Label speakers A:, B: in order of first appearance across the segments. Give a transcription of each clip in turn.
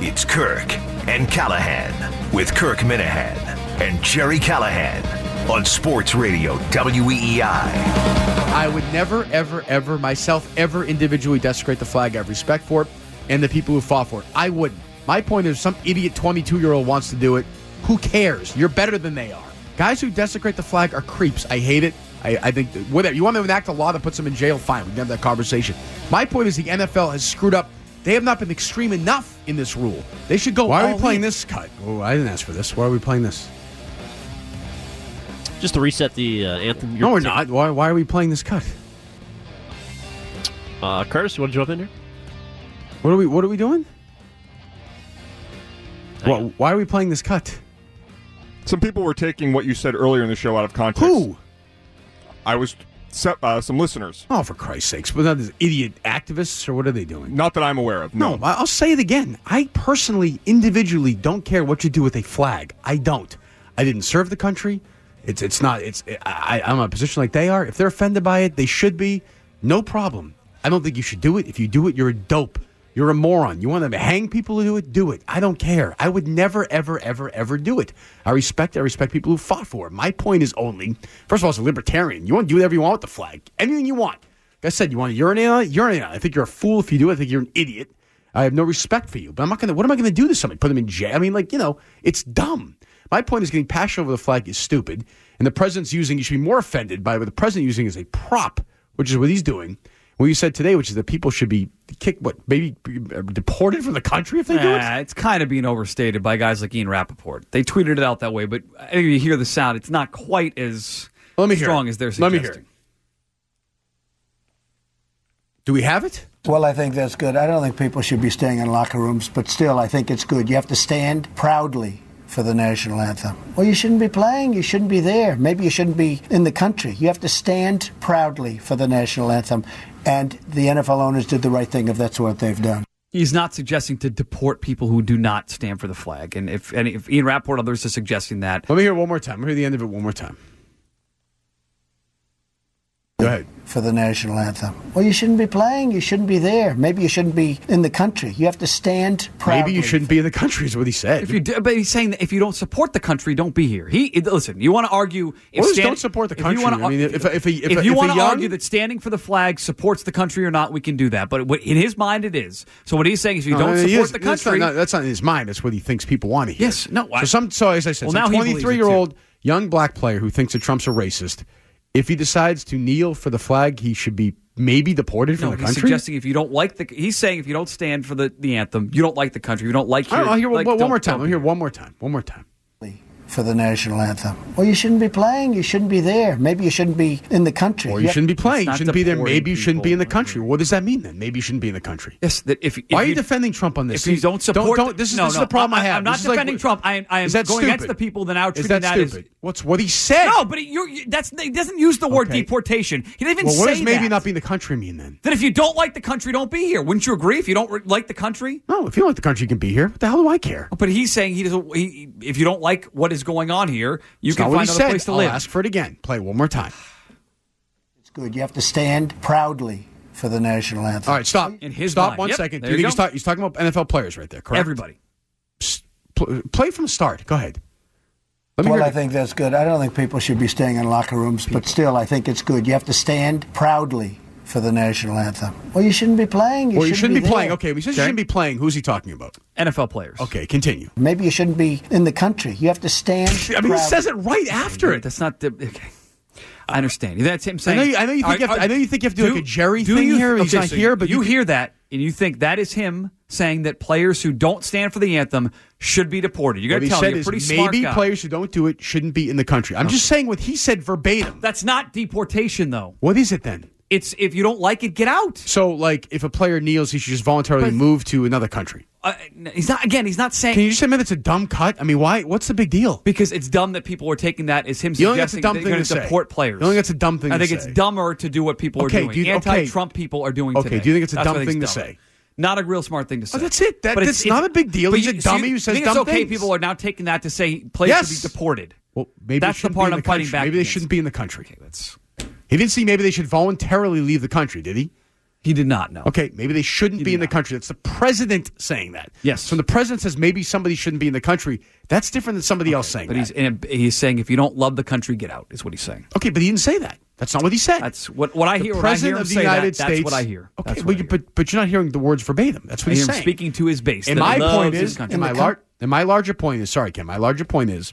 A: It's Kirk and Callahan with Kirk Minahan and Jerry Callahan on Sports Radio E WEEI.
B: I would never, ever, ever, myself, ever individually desecrate the flag. I have respect for it and the people who fought for it. I wouldn't. My point is, some idiot 22 year old wants to do it. Who cares? You're better than they are. Guys who desecrate the flag are creeps. I hate it. I, I think, that- whatever. You want to enact a law that puts them in jail? Fine. We can have that conversation. My point is, the NFL has screwed up. They have not been extreme enough in this rule. They should go.
C: Why are
B: all
C: we playing
B: in.
C: this cut? Oh, I didn't ask for this. Why are we playing this?
D: Just to reset the uh, anthem.
C: No, we're not. Why, why are we playing this cut?
D: Uh, Curtis, you want to jump in here?
C: What are we What are we doing?
D: Hang
C: Why,
D: on.
C: why are we playing this cut?
E: Some people were taking what you said earlier in the show out of context.
C: Who?
E: I was se- uh, some listeners.
C: Oh, for Christ's sakes! But not these idiot activists or what are they doing?
E: Not that I'm aware of. No.
C: No, I- I'll say it again. I personally, individually, don't care what you do with a flag. I don't. I didn't serve the country. It's it's not. It's I, I- I'm in a position like they are. If they're offended by it, they should be. No problem. I don't think you should do it. If you do it, you're a dope. You're a moron. You want to hang people who do it? Do it. I don't care. I would never, ever, ever, ever do it. I respect. I respect people who fought for it. My point is only. First of all, as a libertarian, you want to do whatever you want with the flag. Anything you want. Like I said, you want to urinate on it? Urinate on it. I think you're a fool if you do. I think you're an idiot. I have no respect for you. But I'm not gonna. What am I gonna do to somebody? Put them in jail? I mean, like you know, it's dumb. My point is, getting passionate over the flag is stupid, and the president's using. You should be more offended by what the president using as a prop, which is what he's doing. What you said today, which is that people should be kicked, what maybe uh, deported from the country if they do it.
F: Nah, Eh, it's kind of being overstated by guys like Ian Rappaport. They tweeted it out that way, but I think you hear the sound. It's not quite as
C: Let me hear
F: strong
C: it.
F: as they're
C: Let
F: suggesting.
C: me hear it. Do we have it?
G: Well, I think that's good. I don't think people should be staying in locker rooms, but still, I think it's good. You have to stand proudly for the national anthem. Well, you shouldn't be playing. You shouldn't be there. Maybe you shouldn't be in the country. You have to stand proudly for the national anthem. And the NFL owners did the right thing if that's what they've done.
F: He's not suggesting to deport people who do not stand for the flag. And if, and if Ian Rappaport and others are suggesting that,
C: Let me hear it one more time. Let me hear the end of it one more time. Go ahead.
G: for the national anthem. Well, you shouldn't be playing. You shouldn't be there. Maybe you shouldn't be in the country. You have to stand proudly.
C: Maybe you shouldn't be in the country. Is what he said.
F: If you do, but he's saying that if you don't support the country, don't be here. He it- listen. You want to argue? If
C: What does don't support the
F: if you wanna
C: country? I mean,
F: ar-
C: if- if a- if a-
F: you
C: if a
F: want to
C: young-
F: argue that standing for the flag supports the country or not, we can do that. But what, in his mind, it is. So what he's saying is, if you
C: No,
F: don't
C: no, Uh, he
F: support
C: is-
F: the
C: that's
F: country,
C: not- no, That's not, in his mind. That's what he thinks people want to hear.
F: Yes, no, I-
C: so some. So as I said,
F: Well,
C: some
F: now he believes it,
C: twenty-three year old young black player who thinks that Trump's a racist, if he decides to kneel for the flag, he should be maybe deported
F: no,
C: from the
F: he's
C: country.
F: suggesting if you don't like the, he's saying if you don't stand for the, the anthem, you don't like the country, you don't like.
C: I don't know.
F: your-
C: I'll hear
F: like,
C: one, one
F: don't-
C: more time.
F: don't
C: I'll
F: be
C: hear
F: here.
C: one more time. One more time.
G: for the national anthem. Well, you shouldn't be playing. You shouldn't be there. Maybe you shouldn't be in the country.
C: Or you
G: have-
C: shouldn't be playing. You
F: not
C: shouldn't be there.
F: deporting
C: Maybe you shouldn't be in the
F: people.
C: country. What does that mean then? Maybe you shouldn't be in the country.
F: Yes, that if, if
C: Why are you defending Trump on this?
F: If you
C: See,
F: don't support,
C: don't,
F: the-
C: this is,
F: no,
C: this is
F: no,
C: the problem I,
F: I'm-
C: have.
F: I'm not
C: This is like-
F: defending Trump. I am, I am
C: is that
F: going
C: stupid?
F: against the people that now
C: Is
F: treating
C: that
F: that as-
C: stupid? What's what he said?
F: No, but you, you, that's he doesn't use the word
C: Okay.
F: deportation. He didn't even
C: well,
F: say
C: what does maybe
F: that.
C: not be in the country mean then?
F: Then if you don't like the country, don't be here. Wouldn't you agree? If you don't re- like the country,
C: No, if you don't like the country, you can be here. What the hell do I care?
F: but he's saying he doesn't. He, if you don't like what is going on here, you
C: It's
F: can
C: not what
F: find
C: he
F: another
C: said.
F: place to
C: I'll
F: live.
C: ask for it again. Play it one more time.
G: It's good. You have to stand proudly for the national anthem.
C: All right, stop.
F: In his
C: stop
F: mind.
C: one
F: Yep,
C: second. Do
F: there
C: you
F: you
C: think
F: go.
C: he's, talk- he's talking about NFL players right there? Correct.
F: Everybody.
C: Pl- play from the start. Go ahead. Let me
G: Well,
C: hear
G: I
C: it.
G: think that's good. I don't think people should be staying in locker rooms, but still, I think it's good. You have to stand proudly for the national anthem. Well, you shouldn't be playing. You
C: Well, you shouldn't be,
G: there.
C: playing. Okay, when he says you shouldn't be playing. Who's he talking about?
F: NFL players.
C: Okay, continue.
G: Maybe you shouldn't be in the country. You have to stand.
C: I mean, he
G: proudly.
C: says it right after it.
F: That's not the. Okay. I understand. That's him saying.
C: know you- Mm-hmm. I know you think
F: All
C: you have to- I know you think you have to do, like, a Jerry
F: do
C: thing
F: you-
C: here, he's
F: okay,
C: not
F: so
C: here, but
F: you,
C: you-
F: hear that and you think that is him saying that players who don't stand for the anthem should be deported. You got
C: What
F: to
C: he
F: tell
C: said
F: me, you
C: is
F: pretty smart
C: maybe
F: guy.
C: players who don't do it shouldn't be in the country. I'm just saying what he said verbatim.
F: That's not deportation, though.
C: What is it then?
F: It's if you don't like it, get out.
C: So, like, if a player kneels, he should just voluntarily move to another country.
F: Uh, he's not. Again, he's not saying.
C: Can you just admit it's a dumb cut? I mean, why? What's the big deal?
F: because it's dumb that people are taking that as him
C: You don't think it's a
F: suggesting
C: dumb
F: that
C: thing
F: they're going
C: to
F: to
C: say?
F: deport players.
C: You don't think it's a dumb thing
F: I
C: to
F: think
C: say?
F: it's dumber to do what people
C: Okay,
F: are doing.
C: do you- okay.
F: Anti-Trump people are doing
C: Okay,
F: today.
C: do you think it's a
F: That's
C: dumb
F: what I think
C: thing
F: is
C: to
F: dumb.
C: say?
F: Not a real smart thing to say.
C: that's it. That-
F: But
C: that's not a big deal.
F: but
C: He's
F: you-
C: a
F: so you
C: dummy who says
F: think it's
C: dumb
F: okay.
C: things.
F: People are now taking that to say players
C: Yes.
F: should be deported.
C: Well, maybe
F: that's
C: they shouldn't
F: the
C: be
F: part
C: in
F: I'm fighting
C: country.
F: back.
C: Maybe they
F: against.
C: shouldn't be in the country.
F: That's
C: He didn't see maybe they should voluntarily leave the country, did he?
F: He did not know.
C: Okay, maybe they shouldn't be in the country. That's the president saying that.
F: Yes.
C: So when the president says maybe somebody shouldn't be in the country, that's different than somebody else saying
F: But
C: that.
F: he's and he's saying if you don't love the country, get out. Is what he's saying.
C: okay, but he didn't say that. That's not what he said.
F: That's what what I
C: the
F: hear. when I hear
C: president
F: him
C: of the
F: say that,
C: United
F: that's
C: States.
F: what I hear.
C: Okay,
F: That's
C: well,
F: what
C: you,
F: I hear.
C: but but you're not hearing the words verbatim. That's what
F: I
C: he's
F: hear him
C: saying.
F: speaking to his base.
C: and
F: that
C: my
F: he
C: point
F: loves his
C: is,
F: country.
C: and my lar- and my larger point is, sorry, Ken. My larger point is,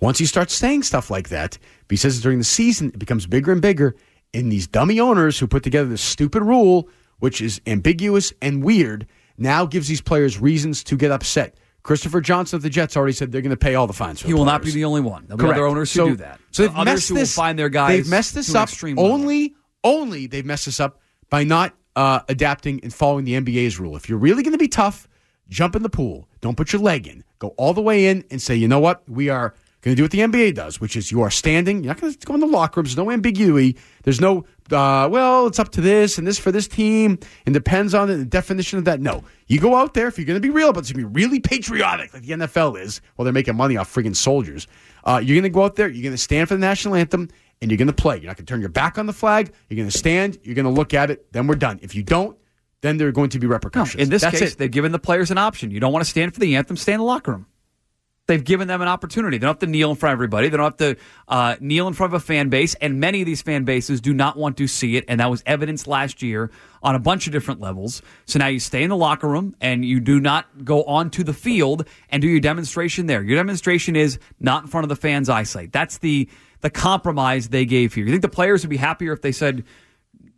C: once he starts saying stuff like that, he says during the season it becomes bigger and bigger. And these dummy owners who put together this stupid rule, which is ambiguous and weird, now gives these players reasons to get upset. Christopher Johnson of the Jets already said they're going to pay all the fines. For
F: He
C: the
F: will not be
C: players.
F: the only one. There'll
C: Correct.
F: be other owners
C: So-
F: who do that.
C: So they've
F: others
C: messed
F: who
C: this.
F: will find their guys.
C: They've messed
F: to
C: this
F: an
C: up
F: extreme level.
C: only. Only they've messed this up by not uh, adapting and following the NBA's rule. If you're really going to be tough, jump in the pool. Don't put your leg in. Go all the way in and say, you know what? We are going to do what the NBA does, which is you are standing. You're not going to go in the locker rooms. There's no ambiguity. There's no, uh, well, it's up to this and this for this team and depends on the definition of that. No. You go out there, if you're going to be real about this, you be really patriotic like the NFL is, while they're making money off freaking soldiers. Uh, you're going to go out there, you're going to stand for the national anthem, and you're going to play. You're not going to turn your back on the flag. You're going to stand, you're going to look at it, then we're done. If you don't, then there are going to be
F: No,
C: repercussions.
F: in this
C: That's
F: case,
C: it.
F: they've given the players an option. You don't want to stand for the anthem, stay in the locker room. They've given them an opportunity. They don't have to kneel in front of everybody. They don't have to uh, kneel in front of a fan base. And many of these fan bases do not want to see it. And that was evidenced last year on a bunch of different levels. So now you stay in the locker room and you do not go onto the field and do your demonstration there. Your demonstration is not in front of the fans' eyesight. That's the the compromise they gave here. You think the players would be happier if they said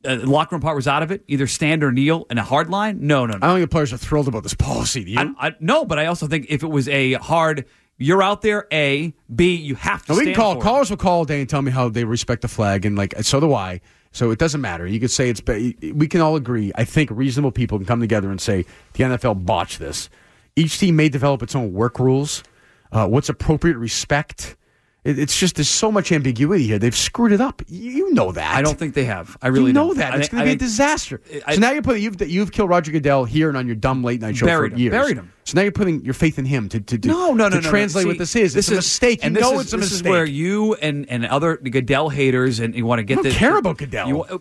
F: uh, the locker room part was out of it, either stand or kneel in a hard line? No, no, no.
C: I don't think the players are thrilled about this policy. Do you?
F: I, I, no, but I also think if it was a hard, you're out there. A, B, you have to.
C: No, we can
F: stand
C: call.
F: for it.
C: Callers will call all day and tell me how they respect the flag, and like so do I. So it doesn't matter. You could say it's. ba- We can all agree. I think reasonable people can come together and say the NFL botched this. Each team may develop its own work rules. Uh, what's appropriate respect? It, it's just there's so much ambiguity here. They've screwed it up. You, you know that.
F: I don't think they have. I really
C: you know
F: don't.
C: that
F: I
C: it's
F: think-
C: going
F: I
C: to be a
F: think-
C: disaster.
F: I-
C: so now you're putting you've you've killed Roger Goodell here and on your dumb late night show
F: Buried
C: for
F: him.
C: years.
F: Buried him.
C: So now you're putting your faith in him to to do,
F: No, no, no,
C: to
F: no, no.
C: translate
F: See,
C: what this is.
F: This
C: it's a mistake.
F: And
C: you
F: this
C: know
F: is,
C: it's a
F: this
C: mistake.
F: is where you and and other Goodell haters and you want to get
C: I don't
F: this.
C: care about Goodell.
F: You, oh,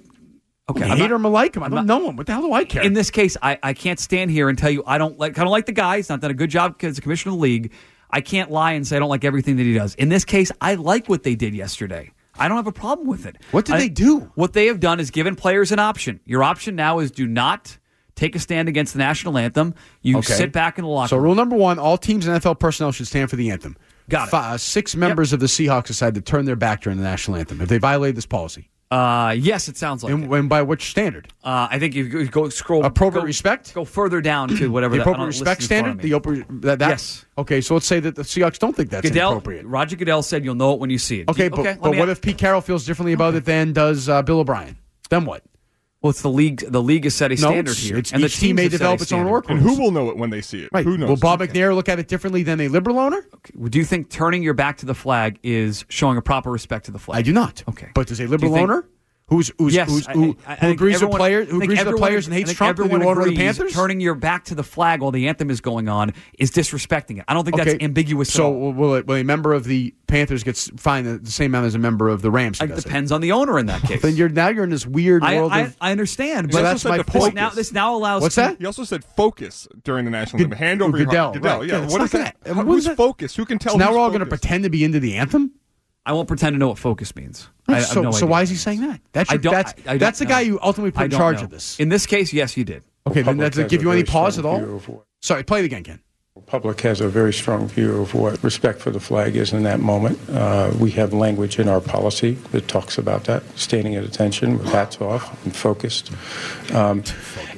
F: okay,
C: I
F: I'm
C: hate
F: not-
C: him or like him. I don't
F: not-
C: know him. What the hell do I care?
F: In this case, I, I can't stand here and tell you I don't like. I don't like the guy. He's not done a good job as a commissioner of the league. I can't lie and say I don't like everything that he does. In this case, I like what they did yesterday. I don't have a problem with it.
C: What did
F: I-
C: they do?
F: What they have done is given players an option. Your option now is do not take a stand against the national anthem. You
C: Okay.
F: sit back in the locker
C: so
F: room.
C: rule number one: all teams and NFL personnel should stand for the anthem.
F: Got it.
C: Fi- uh, six members of the Seahawks decide to turn their back during the national anthem if they violate this policy.
F: Uh, yes, it sounds like. it.
C: And, and by which standard?
F: Uh, I think if you go scroll
C: Appropriate
F: go-
C: respect?
F: Go further down to whatever
C: The
F: that- I
C: appropriate
F: don't listen
C: respect
F: in front of
C: standard.
F: me.
C: The open that, that
F: Yes.
C: Okay, so let's say that the Seahawks don't think that's
F: Goodell,
C: appropriate.
F: Roger Goodell said you'll know it when you see it. Do
C: Okay,
F: you-
C: but,
F: let
C: but
F: me-
C: what if Pete Carroll feels differently about it than does uh, Bill O'Brien? Then what?
F: Well, it's the league. The league has set a
C: No,
F: standard
C: it's-
F: here,
C: it's-
F: and the
C: each team
F: teams
C: may
F: have set a
C: develop its own
F: standard.
C: work
E: And who will know it when they see it?
C: Right.
E: Who knows?
C: Will Bob McNair look at it differently than a liberal owner?
F: Do you think turning your back to the flag is showing a proper respect to the flag?
C: I do not.
F: Okay.
C: But does a liberal
F: Do you think-
C: owner who's who's,
F: Yes,
C: who's
F: I-
C: who,
F: I- I
C: who
F: think
C: agrees
F: everyone-
C: with players who
F: I think
C: agrees with the
F: everyone-
C: players and
F: I
C: hates
F: think
C: Trump and who
F: everyone
C: owner of the
F: agrees
C: Panthers?
F: Turning your back to the flag while the anthem is going on is disrespecting it. I don't think that's ambiguous. at
C: So
F: all.
C: will- will, it, will a member of the Panthers get fined the, the same amount as a member of the Rams? who
F: it
C: does it?
F: depends on the owner in that case.
C: Then you're now you're in this weird
F: I,
C: world.
F: I,
C: of,
F: I understand,
E: He
C: So
F: but
E: also
C: that's
E: said
C: my
E: to
C: point.
E: focus.
F: now this now allows.
C: What's that?
E: He also said focus during the national
C: Good-
E: anthem. Hand over your
C: Goodell,
E: heart. Goodell,
C: right.
E: yeah.
C: Yeah,
E: what
C: it's
E: is
C: not
E: that?
C: gonna- what is
E: Who's
C: that?
E: focused? Who can tell?
C: so now
E: who's
C: we're all going to
E: focused?
C: pretend to be into the anthem.
F: I won't pretend to know what focus means. I have
C: so,
F: no
C: so
F: idea
C: why
F: what
C: is he
F: means.
C: saying that? That's
F: I
C: your,
F: don't,
C: that's,
F: I- I don't
C: that's the
F: know.
C: guy who ultimately
F: I
C: put in
F: don't
C: charge
F: know.
C: of this.
F: In this case, yes, you did.
C: Okay, then
H: Public
C: that doesn't
H: has
C: give
H: a
C: you any
H: very
C: pause at
H: strong
C: all.
H: view of what-
C: Sorry, play it again, Ken.
H: Public has a very strong view of what respect for the flag is in that moment. Uh, we have language in our policy that talks about that, standing at attention with hats off and focused. Um,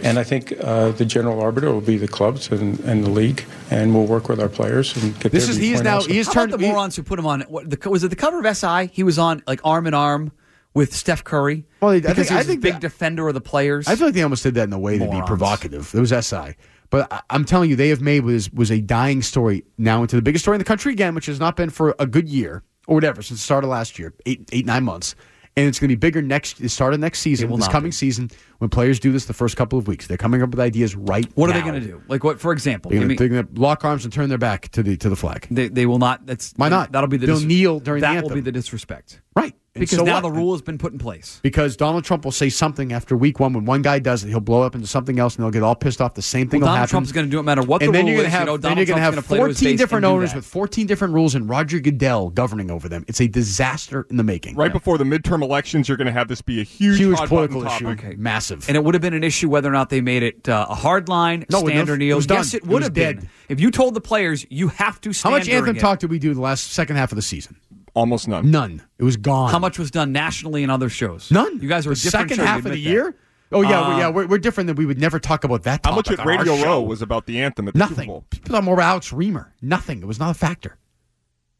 H: and I think uh, the general arbiter will be the clubs and, and the league, and we'll work with our players and get
C: This
H: their
C: is he is
H: viewpoint
C: now
H: also.
C: he is
F: How
C: turned
F: about the
C: he-
F: morons who put him on? What, the, was it the cover of SI? He was on like arm in arm with Steph Curry.
C: Well, I
F: because
C: think-
F: he was
C: I
F: a
C: think
F: big
C: that-
F: defender of the players.
C: I feel like they almost did that in a way to be
F: Morons.
C: provocative. It was SI. But I, I'm telling you, they have made was was a dying story now into the biggest story in the country again, which has not been for a good year or whatever since the start of last year, eight eight nine months, and it's going to be bigger next the start of next season,
F: will
C: this
F: not
C: coming
F: be.
C: season when players do this the first couple of weeks, they're coming up with ideas right.
F: what are they
C: now.
F: going to do? Like what? For example,
C: They're
F: give
C: going
F: me-
C: to lock arms and turn their back to the to the flag.
F: they, they will not. That's
C: Why not?
F: That'll be the
C: They'll kneel during the
F: that will
C: anthem.
F: be the disrespect.
C: Right.
F: because
C: so
F: now
C: what?
F: the rule has been put in place.
C: Because Donald Trump will say something after week one. When one guy does it, he'll blow up into something else, and they'll get all pissed off. The same thing
F: Well,
C: will
F: Donald
C: happen.
F: Trump's gonna do it no matter what the
C: and then
F: rule
C: you're gonna
F: is, you
C: Have,
F: know,
C: then
F: Donald
C: you're gonna
F: Trump's
C: have
F: gonna play to his
C: 14
F: base
C: different
F: and do
C: owners
F: that.
C: with 14 different rules, and Roger Goodell governing over them. It's a disaster in the making.
E: Right before the midterm elections, you're going to have this be a huge,
C: Huge
E: hot button
C: political issue.
E: topic.
C: Massive.
F: And it would have been an issue whether or not they made it uh, a hard line,
C: No, it wouldn't
F: stand
C: have.
F: or
C: It
F: kneel.
C: was done.
F: Yes, it
C: It
F: would
C: was
F: have been.
C: dead.
F: If you told the players you have to
C: How
F: stand
C: much
F: during
C: anthem
F: it,
C: talk did we do the last second half of the season?
E: Almost none.
C: None. It was gone.
F: How much was done nationally in other shows?
C: None.
F: You guys were a
C: the
F: different
C: second
F: show, you
C: half of the
F: admit that. Um,
C: year. Oh yeah, well, yeah, we're, we're different. That we would never talk about that.
E: How much
C: topic
E: at
C: on our
E: Radio Row
C: show.
E: was about the anthem at the Super
C: Nothing.
E: Bowl?
C: People talking more about Alex Reamer. Nothing. It was not a factor.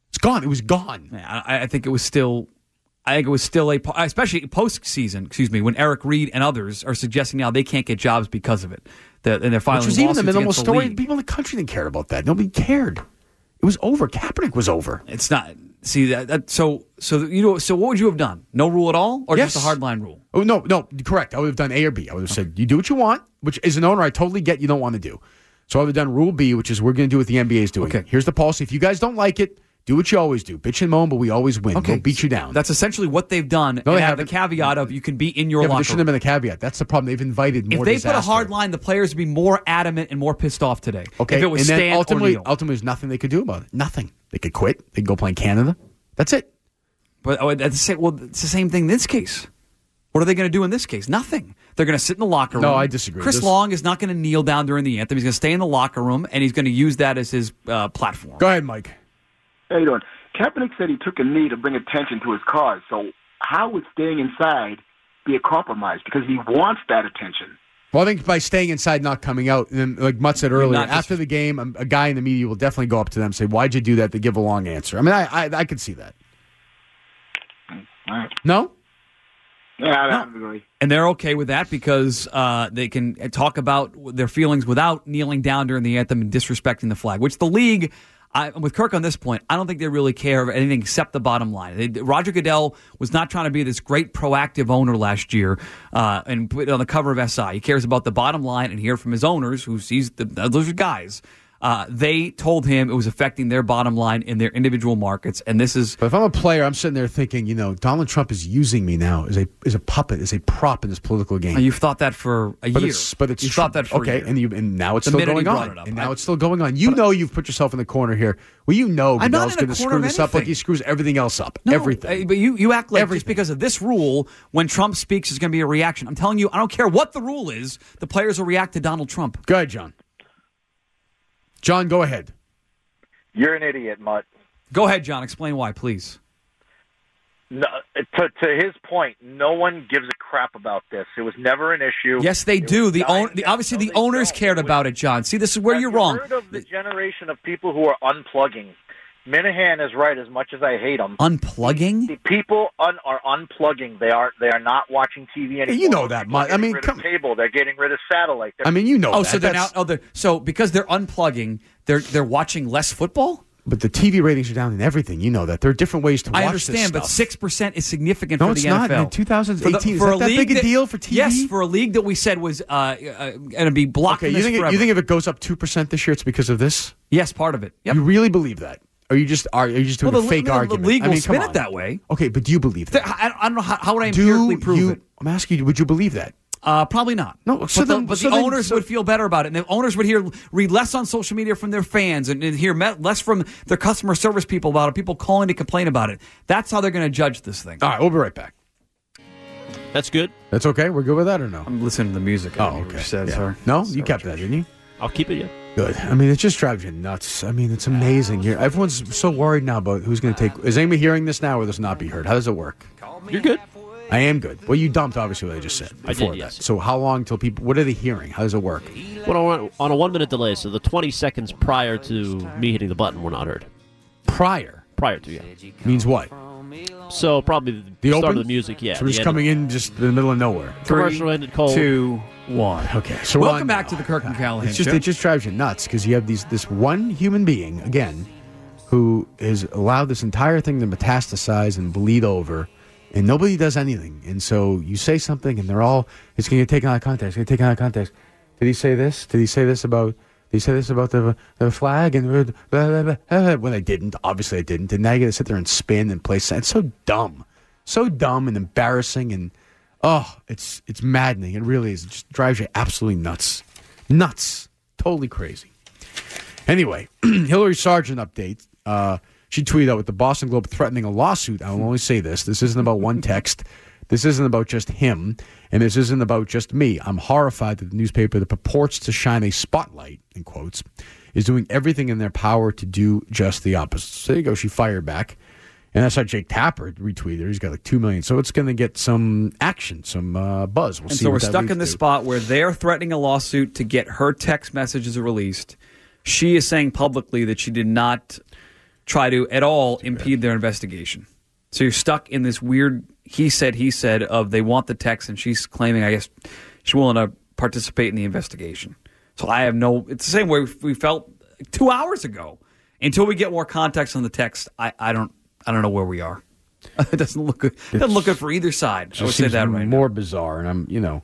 C: It's gone. It was gone.
F: Yeah, I, I think it was still. I think it was still a, po- especially postseason. Excuse me, when Eric Reed and others are suggesting now they can't get jobs because of it, that and they're filing
C: Which was even the
F: lawsuits
C: minimal
F: against the
C: story.
F: league.
C: People in the country didn't care about that. Nobody cared. It was over. Kaepernick was over.
F: It's not. See that, that. So so you know. So what would you have done? No rule at all, or just
C: Yes.
F: a hard line rule?
C: Oh no, no, correct. I would have done A or B. I would have said you do what you want, which as an owner I totally get you don't want to do. So I would have done rule B, which is we're going to do what the NBA is doing.
F: Okay.
C: Here's the policy. If you guys don't like it, do what you always do. Bitch and moan, but we always win. We'll beat you down.
F: That's essentially what they've done. No,
C: they
F: they have the
C: haven't.
F: caveat of you can be in your
C: yeah, but there
F: locker
C: shouldn't have
F: room.
C: been a caveat. That's the problem. They've invited more.
F: If they put a
C: disaster.
F: hard line, the players would be more adamant and more pissed off today.
C: okay,
F: If it was
C: and then
F: stand
C: ultimately,
F: or kneel.
C: ultimately, there's nothing they could do about it. Nothing. They could quit. They could go play in Canada. That's it.
F: But oh, that's the same, well, it's the same thing in this case. What are they going to do in this case? Nothing. They're going to sit in the locker room.
C: No, I disagree.
F: Chris
C: This-
F: Long is not going to kneel down during the anthem. He's going to stay in the locker room and he's going to use that as his uh, platform.
C: Go ahead, Mike.
I: How you doing? Kaepernick said he took a knee to bring attention to his cause. So how would staying inside be a compromise? Because he wants that attention.
C: Well, I think by staying inside, not coming out, and then, like Mutt said earlier,
F: not just-
C: after the game, um, a guy in the media will definitely go up to them and say, "Why'd you do that?" They give a long answer. I mean, I I, I could see that.
I: All right.
C: No,
I: Yeah, I don't agree.
F: And they're okay with that because uh, they can talk about their feelings without kneeling down during the anthem and disrespecting the flag, which the league. I, I'm with Kirk on this point, I don't think they really care of anything except the bottom line. They, Roger Goodell was not trying to be this great proactive owner last year, uh, and put on the cover of SI, he cares about the bottom line and hear from his owners, who sees the those are guys. Uh, they told him it was affecting their bottom line in their individual markets, and this is
C: but if I'm a player, I'm sitting there thinking, you know, Donald Trump is using me now as a as a puppet, as a prop in this political game.
F: you've thought that for a
C: but
F: year.
C: it's but it's
F: you've
C: true.
F: thought that for a
C: okay,
F: year.
C: and you and now it's
F: The
C: still
F: minute he
C: going
F: brought
C: on,
F: it up.
C: and now
F: I-
C: it's still going on. You know, you've put yourself in the corner here. Well, you know,
F: I'm not
C: Goodell's
F: in a
C: going to
F: corner
C: screw
F: of
C: this up like
F: anything.
C: he screws everything else up.
F: No,
C: everything.
F: uh, But you, you act like just
C: Everything.
F: because of this rule, when Trump speaks, there's going to be a reaction. I'm telling you, I don't care what the rule is, the players will react to Donald Trump.
C: Go ahead, John. John, go ahead.
J: You're an idiot, Mutt.
F: Go ahead, John. Explain why, please.
J: No, to, to his point, no one gives a crap about this. It was never an issue.
F: Yes, they
J: It
F: do.
J: was
F: The,
J: dying
F: own, the
J: down.
F: obviously
J: No,
F: the
J: they
F: owners
J: don't.
F: cared
J: It was-
F: about it, John. See, this is where
J: Have
F: you're
J: you
F: wrong.
J: Heard of the generation of people who are unplugging. Minahan is right. As much as I hate him,
F: Unplugging.
J: the people un- are unplugging. They are they are not watching TV anymore.
C: you know that,
J: People
C: Mutt.
J: are
C: I
J: getting
C: mean,
J: rid
C: come-
J: of cable. They're getting rid of satellite. They're
C: I mean, you know.
F: Oh,
C: that.
F: so they're now.
C: That's-
F: Oh, they're, so because they're unplugging, they're they're watching less football.
C: But the TV ratings are down in everything. You know that. There are different ways to watch
F: oh. I
C: this
F: understand, but
C: stuff.
F: six percent is significant
C: No,
F: for
C: it's
F: the
C: not.
F: NFL.
C: In 2018,
F: For the-
C: is
F: for
C: that
F: a
C: that
F: league
C: big a deal for TV?
F: Yes, for a league that we said was uh, uh, going to be blocked.
C: Okay, you
F: from this
C: think, it,
F: forever.
C: you think if it goes up 2% this year, it's because of this?
F: yes, part of it. Yep.
C: You really believe that? Or you just are, are you just doing
F: Well,
C: a
F: the-
C: fake
F: the- the
C: argument?
F: league
C: I
F: will
C: mean, come
F: spin it
C: on.
F: that way.
C: Okay, but do you believe
F: Th-
C: that?
F: I, I don't know how, how would I
C: do
F: empirically prove
C: you,
F: it.
C: I'm asking you, would you believe that?
F: Uh, probably not.
C: No,
F: but
C: so
F: the,
C: then-
F: but
C: so
F: the
C: then-
F: owners
C: so-
F: would feel better about it, and the owners would hear read less on social media from their fans, and, and hear me- less from their customer service people about it. People calling to complain about it. That's how they're going to judge this thing.
C: All right, we'll be right back.
D: That's good.
C: That's okay? We're good with that or no?
F: Listen to the music.
C: Oh, okay. Yeah. No, you kept that, didn't you?
D: I'll keep it. Yeah.
C: Good. I mean, it just drives you nuts. I mean, it's amazing. You're, everyone's so worried now about who's going to take. Is anybody hearing this now, or does it not be heard? How does it work?
D: You're good.
C: I am good. Well, you dumped obviously what I just said
D: I did,
C: before
D: yes.
C: that. So how long till people? What are they hearing? How does it work?
D: Well, on, on a one minute delay, so the 20 seconds prior to me hitting the button were not heard.
C: Prior
D: Prior to, yeah.
C: means what?
D: So probably the,
C: The
D: start
C: open?
D: of the music, yeah.
C: So we're
D: the
C: just
D: end.
C: coming in just in the middle of nowhere.
D: Commercial ended
F: Oh.
D: cold.
F: Two, one.
C: Okay. So we're
F: Welcome
C: on
F: back
C: now.
F: to the Kirk and Callahan
C: It's just
F: Show.
C: it just drives you nuts because you have these this one human being again who has allowed this entire thing to metastasize and bleed over, and nobody does anything. And so you say something, and they're all it's going to get taken out of context. It's going to get taken out of context. Did he say this? Did he say this about? Did he say this about the the flag and blah, blah, blah, blah, blah, when I didn't? Obviously, I didn't. And now you got to sit there and spin and play. sen- It's so dumb. so dumb and embarrassing and oh, it's it's maddening. It really is. It just drives you absolutely nuts, nuts, totally crazy. Anyway, Hillary Sargent update. Uh, she tweeted out with the Boston Globe threatening a lawsuit. I will only say this: this isn't about one text. This isn't about just him, and this isn't about just me. I'm horrified that the newspaper that purports to shine a spotlight, in quotes, is doing everything in their power to do just the opposite. So there you go. She fired back. And that's how Jake Tapper retweeted. it. He's got like two million, so it's going to get some action, some uh, buzz. We'll
F: and
C: see.
F: so
C: what
F: we're
C: that
F: stuck
C: leads
F: in this
C: to.
F: spot where they're threatening a lawsuit to get her text messages released. She is saying publicly that she did not try to at all impede their investigation. So you're stuck in this weird he said he said of they want the text and she's claiming I guess she's willing to participate in the investigation. So I have no. It's the same way we felt two hours ago. Until we get more context on the text, I, I don't I don't know where we are. it doesn't look good. doesn't look good for either side. I
C: Just
F: would say
C: seems
F: that right.
C: more bizarre. And I'm, you know,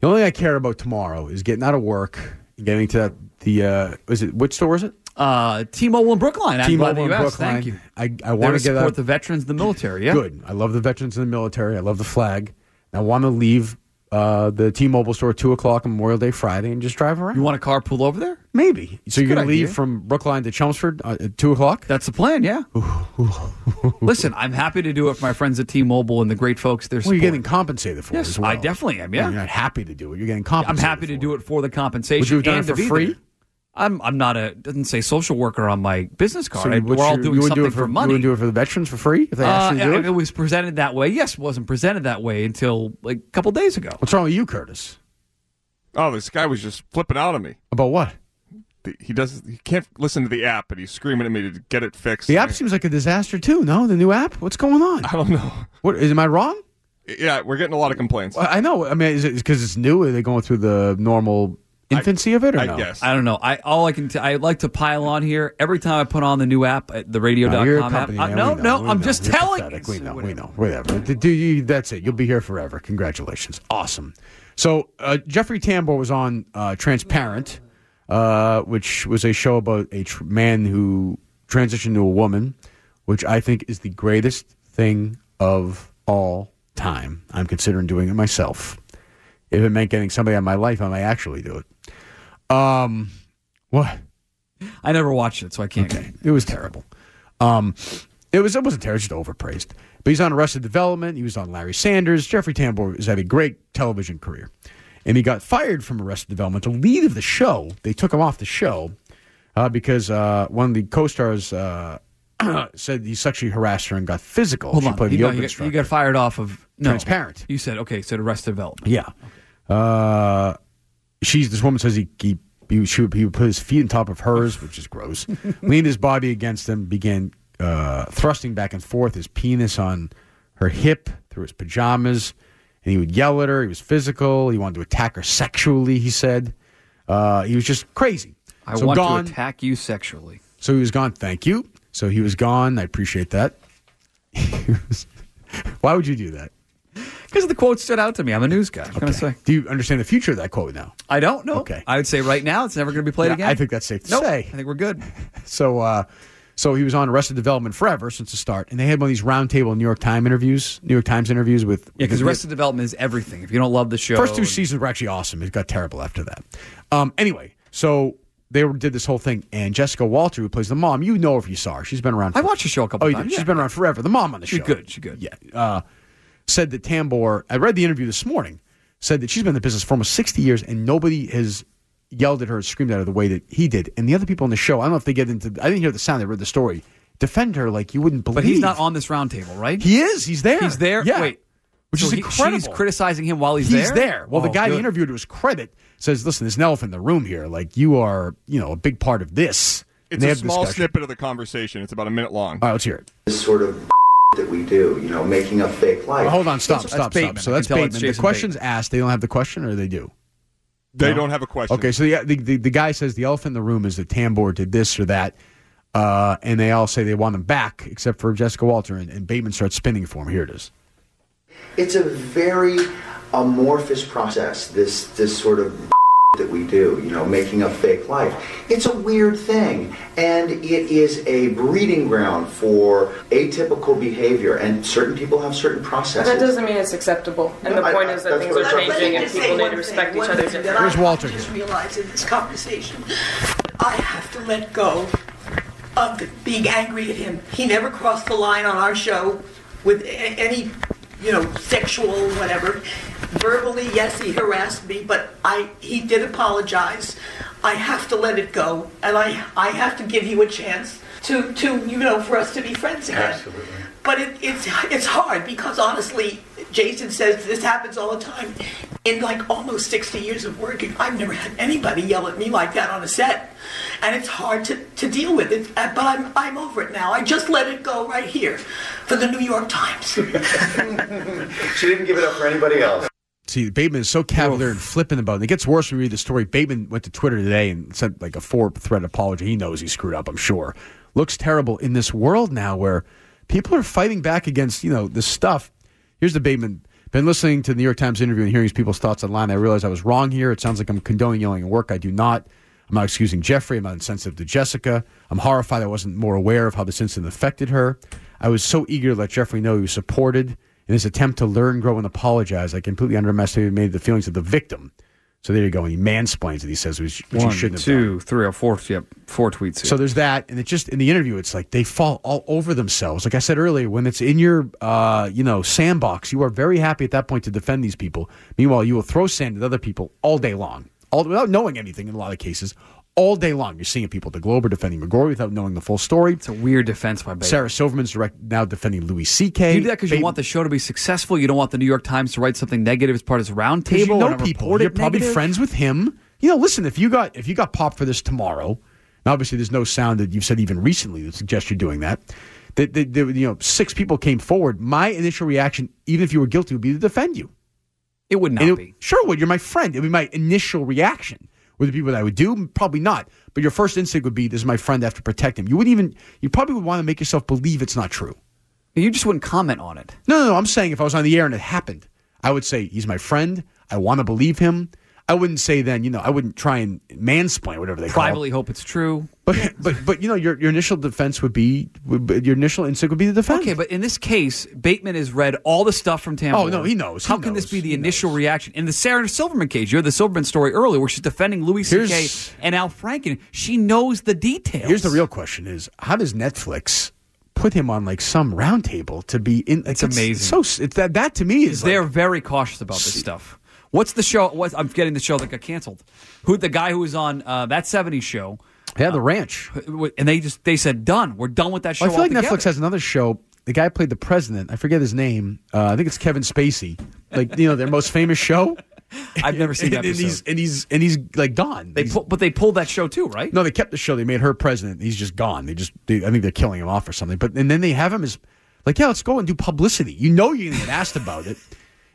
C: the only thing I care about tomorrow is getting out of work, getting to that, the uh, is it which store is it?
F: Uh, T-Mobile in Brookline. I'm
C: T-Mobile
F: glad that you
C: in
F: asked.
C: Brookline.
F: Thank you.
C: I, I
F: There
C: want
F: to
C: to get
F: support
C: out.
F: the veterans, the military. Yeah,
C: Good. I love the veterans in the military. I love the flag. I want to leave uh, the T-Mobile store at two o'clock on Memorial Day Friday and just drive around.
F: You want a carpool over there?
C: Maybe. So
F: a
C: you're
F: good
C: going to leave
F: idea.
C: from Brookline to Chelmsford uh, at two o'clock?
F: That's the plan. Yeah. Listen, I'm happy to do it for my friends at T-Mobile and the great folks. They're
C: Well, you're getting compensated for it.
F: Yes,
C: as well.
F: I definitely am.
C: You're
F: Yeah,
C: not happy to do it. You're getting
F: I'm
C: compensated.
F: happy to do it for the compensation.
C: Would you have done
F: and
C: it
F: to
C: for
F: be
C: free?
F: there. I'm. I'm not a. Doesn't say social worker on my business card.
C: So
F: I-
C: you- what's
F: We're all
C: your-
F: doing
C: you would
F: something
C: do it
F: for
C: You would
F: money.
C: do it for the veterans for free if they
F: Uh,
C: asked you to do
F: it
C: it?
F: was presented that way. Yes, it wasn't presented that way until like a couple days ago.
C: What's wrong with you, Curtis?
E: Oh, this guy was just flipping out on me.
C: About what?
E: The- He doesn't. He can't listen to the app, and he's screaming at me to get it fixed.
C: The app seems like a disaster too. No, the new app. What's going on?
E: I don't know.
C: What is? Am I wrong?
E: Yeah, we're getting a lot of complaints.
C: Well, I know. I mean, is it because it's new? Are they going through the normal infancy of it, or
E: I
C: no?
E: guess.
F: I don't know. I all I can t- I like to pile on here. Every time I put on the new app, uh, the
C: No,
F: radio.com
C: you're a
F: app.
C: company
F: Uh,
C: man.
F: no,
C: We
F: no,
C: know. We
F: I'm
C: know.
F: just
C: You're
F: telling
C: pathetic.
F: you.
C: We know. We know. Whatever. Do- do you- that's it. You'll be here forever. Congratulations. Awesome. So uh, Jeffrey Tambor was on uh, Transparent, uh, which was a show about a tr- man who transitioned to a woman, which I think is the greatest thing of all time. I'm considering doing it myself. If it meant getting somebody out of my life, I might actually do it. Um, what?
F: I never watched it, so I can't.
C: Okay. It was terrible. Um, it was it wasn't terrible, just overpraised. But he's on Arrested Development. He was on Larry Sanders. Jeffrey Tambor has had a great television career, and he got fired from Arrested Development. The lead of the show, they took him off the show uh, because uh, one of the co-stars uh, said he sexually harassed her and got physical.
F: Hold
C: she
F: on.
C: played
F: You,
C: the
F: know,
C: yoga
F: you, got, you
C: instructor.
F: got fired off of no.
C: Transparent.
F: You said okay. So Arrested Development.
C: Yeah. Uh, she's this woman says he he he, she, would- he would put his feet on top of hers, which is gross. leaned his body against him, began uh, thrusting back and forth his penis on her hip through his pajamas, and he would yell at her. He was physical. He wanted to attack her sexually. He said uh, he was just crazy.
F: I
C: so
F: want
C: gone.
F: to attack you sexually.
C: so he was gone. Thank you. So he was gone. I appreciate that. He was- Why would you do that?
F: Because the quote stood out to me. I'm a news guy. What can I say?
C: Do you understand the future of that quote now?
F: I don't know.
C: Okay.
F: I would say right now it's never going to be played
C: Yeah,
F: again.
C: I think that's safe to
F: Nope.
C: say.
F: I think we're good.
C: So, uh, so he was on Arrested Development forever since the start, and they had one of these roundtable New York Times interviews, New York Times interviews with
F: Yeah, because
C: the-
F: Arrested Development is everything. If you don't love the show,
C: first two
F: and-
C: seasons were actually awesome. It got terrible after that. Um, anyway, so they were, did this whole thing, and Jessica Walter, who plays the mom, you know if you saw her, she's been around.
F: I watched the show a couple
C: oh, you
F: times.
C: did.
F: yeah.
C: She's been around forever. The mom on the
F: She's
C: show,
F: good. She's good.
C: Yeah, uh, said that Tambor. I read the interview this morning. Said that she's been in the business for almost sixty years, and nobody has yelled at her, screamed at her the way that he did. And the other people on the show, I don't know if they get into. I didn't hear the sound. I read the story. Defend her like you wouldn't believe.
F: But he's not on this roundtable, right?
C: He is. He's there.
F: He's there.
C: Yeah.
F: Wait.
C: Which
F: So
C: is
F: he-
C: incredible.
F: She's criticizing him while he's,
C: He's
F: there.
C: there. Well, the
F: Oh,
C: guy
F: good.
C: he interviewed to his credit says, "Listen, there's an elephant in the room here. Like you are, you know, a big part of this." And
E: It's
C: they
E: a
C: have
E: small
C: discussion. Uh,
E: snippet of the conversation. It's about a minute long.
C: All right, let's hear it.
K: this sort of that we do, you know, making up fake life.
C: Hold on, stop,
F: That's
C: stop, stop.
F: Bateman.
C: So that's
F: I can tell that's
C: Bateman. the
F: Jason
C: question's asked. They don't have the question, or they do.
E: they
C: No.
E: don't have a question.
C: Okay, so the, the the the guy says the elephant in the room is that Tambor did this or that, uh, and they all say they want him back, except for Jessica Walter, and, and Bateman starts spinning for him. Here it is.
K: It's a very amorphous process. This this sort of that we do, you know, making a fake life. It's a weird thing, and it is a breeding ground for atypical behavior, and certain people have certain processes.
L: That doesn't mean it's acceptable. And
K: No,
L: the
K: I-
L: point
K: I-
L: is that
K: that's
L: things
K: what
L: are
K: I'm- Let
L: changing
K: me
L: and
K: just
L: people
K: say
L: need
K: one
L: to
K: thing,
L: respect
K: one
L: each other's
K: thing that
L: differences.
B: Where's Walter?
J: just realized in this conversation, I have to let go of the- being angry at him. He never crossed the line on our show with a- any, you know, sexual whatever. Verbally, yes, he harassed me, but I he did apologize. I have to let it go, and I I have to give you a chance to to you know for us to be friends again. But it, it's it's hard because honestly, Jason says this happens all the time. In like almost 60 years of working, I've never had anybody yell at me like that on a set, and it's hard to, to deal with it. uh, But I'm I'm over it now. I just let it go right here, for the New York Times.
K: She didn't give it up for anybody else.
C: See, Bateman is so cavalier and flippant about it. And it gets worse when you read the story. Bateman went to Twitter today and sent like a four thread apology. He knows he screwed up, I'm sure. Looks terrible in this world now where people are fighting back against, you know, this stuff. Here's the Bateman. Been listening to the New York Times interview and hearing people's thoughts online. I realize I was wrong here. It sounds like I'm condoning yelling at work. I do not. I'm not excusing Jeffrey. I'm not insensitive to Jessica. I'm horrified I wasn't more aware of how this incident affected her. I was so eager to let Jeffrey know he was supported in his attempt to learn, grow, and apologize. I completely underestimated the feelings of the victim. So there you go. And he mansplains it. He says, which, which
F: One,
C: he shouldn't have done.
F: two, three, or four. Yep, four tweets. Here.
C: So there's that, and it just in the interview, it's like they fall all over themselves. Like I said earlier, when it's in your, uh, you know, sandbox, you are very happy at that point to defend these people. Meanwhile, you will throw sand at other people all day long, all without knowing anything. In a lot of cases, all day long, you're seeing people at the Globe are defending McGorry without knowing the full story. It's
F: a weird defense by Bateman.
C: Sarah Silverman's direct now defending Louis C.K.
F: you do that because you want the show to be successful. You don't want the New York Times to write something negative as part of its roundtable.
C: because you know
F: and
C: people.
F: report it
C: You're probably
F: negative.
C: friends with him. You know, listen, if you got if you got popped for this tomorrow, and obviously there's no sound that you've said even recently that suggests you're doing that. That, that, that you know, six people came forward. My initial reaction, even if you were guilty, would be to defend you.
F: It would
C: not be. Sure, it would you're my friend? It would be my initial reaction. Would it be what I would do? Probably not. But your first instinct would be, "This is my friend. I have to protect him." You wouldn't even. You probably would want to make yourself believe it's not true.
F: You just wouldn't comment on it.
C: No, no, no. I'm saying if I was on the air and it happened, I would say he's my friend. I want to believe him. I wouldn't say then, you know, I wouldn't try and mansplain whatever they call
F: Privately hope it's true.
C: But but but you know, your your initial defense would be would, be- your initial instinct would be the defense.
F: Okay, but in this case, Bateman has read all the stuff from Tampa.
C: Oh, no, he knows. He
F: How can this be the initial reaction? In the Sarah Silverman case, you had the Silverman story earlier where she's defending Louis C.K.
C: Here's-
F: and Al Franken. She knows the details.
C: Here's the real question: Is how does Netflix put him on like some roundtable to be in? Like,
F: It's amazing.
C: So s- it's that that to me is like,
F: They're very cautious about this stuff. What's the show? What, I'm getting the show that got canceled. Who the guy who was on uh, that '70s show?
C: Yeah, The Ranch.
F: And they just they said done. We're done with that show.
C: Well, I feel like
F: altogether.
C: Netflix has another show. The guy played the president. I forget his name. Uh, I think it's Kevin Spacey. Like you know, their most famous show.
F: I've never seen
C: and,
F: that
C: and he's
F: episode.
C: and he's and he's like gone.
F: They pull, but they pulled that show too, right?
C: No, they kept the show. They made her president. He's just gone. They just they, I think they're killing him off or something. But and then they have him as like yeah, let's go and do publicity. You know, you're gonna get asked about it,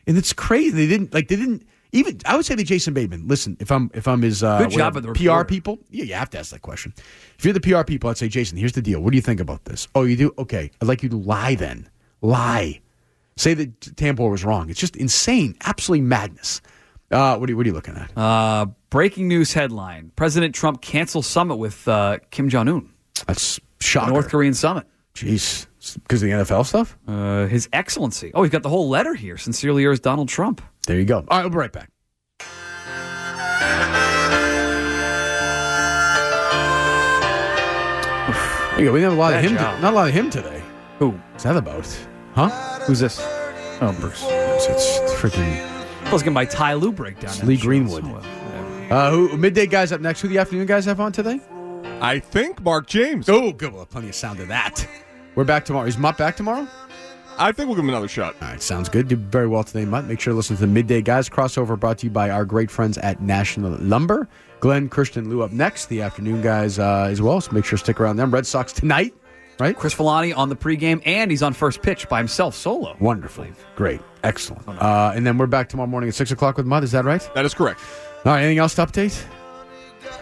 C: and it's crazy. They didn't like they didn't even. I would say to Jason Bateman, listen, if I'm if I'm his uh,
F: Good job
C: whatever,
F: with the
C: PR
F: reporter.
C: people, yeah, you have to ask that question. If you're the PR people, I'd say Jason, here's the deal. What do you think about this? Oh, you do? Okay, I'd like you to lie then. Lie. Say that Tambor was wrong. It's just insane. Absolutely madness. Uh, what are you, what are you looking at?
F: Uh, breaking news headline: President Trump cancels summit with uh, Kim Jong Un.
C: That's shocking.
F: North Korean summit.
C: Jeez, because of the NFL stuff.
F: Uh, His Excellency. Oh, he's got the whole letter here. Sincerely yours, Donald Trump.
C: There you go. All right, we'll be right back. There you go. We didn't have a lot
F: Bad
C: of him.
F: job.
C: not a lot of him today.
F: Who?
C: What's that about? Huh?
F: Who's this? Oh, Bruce.
C: It's, it's freaking
F: I was going to buy Ty Lue breakdown. Oh,
C: it's Lee Greenwood. Uh, who midday guys up next? Who the afternoon guys have on today?
E: I think Mark James.
C: Oh, good. We'll have plenty of sound of that. We're back tomorrow. Is Mutt back tomorrow?
E: I think we'll give him another shot.
C: All right, sounds good. Did very well today, Mutt. Make sure to listen to the Midday Guys crossover brought to you by our great friends at National Lumber. Glenn, Christian, Lou up next. The afternoon guys uh, as well. So make sure to stick around them. Red Sox tonight, right?
F: Chris Filani on the pregame, and he's on first pitch by himself, solo.
C: Wonderful. Great. Excellent. Uh, and then we're back tomorrow morning at 6 o'clock with Mutt. Is that right?
E: That is correct.
C: All right, anything else to update?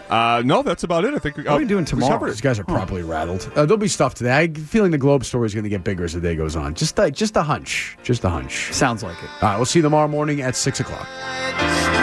E: Uh, no, that's about it. I think. uh,
C: What are we doing tomorrow? These guys are properly rattled. Uh, there'll be stuff today. I'm feeling the Globe story is going to get bigger as the day goes on. Just a, just a hunch. Just a hunch.
F: Sounds like it.
C: All right, we'll see you tomorrow morning at 6 o'clock.
M: Stay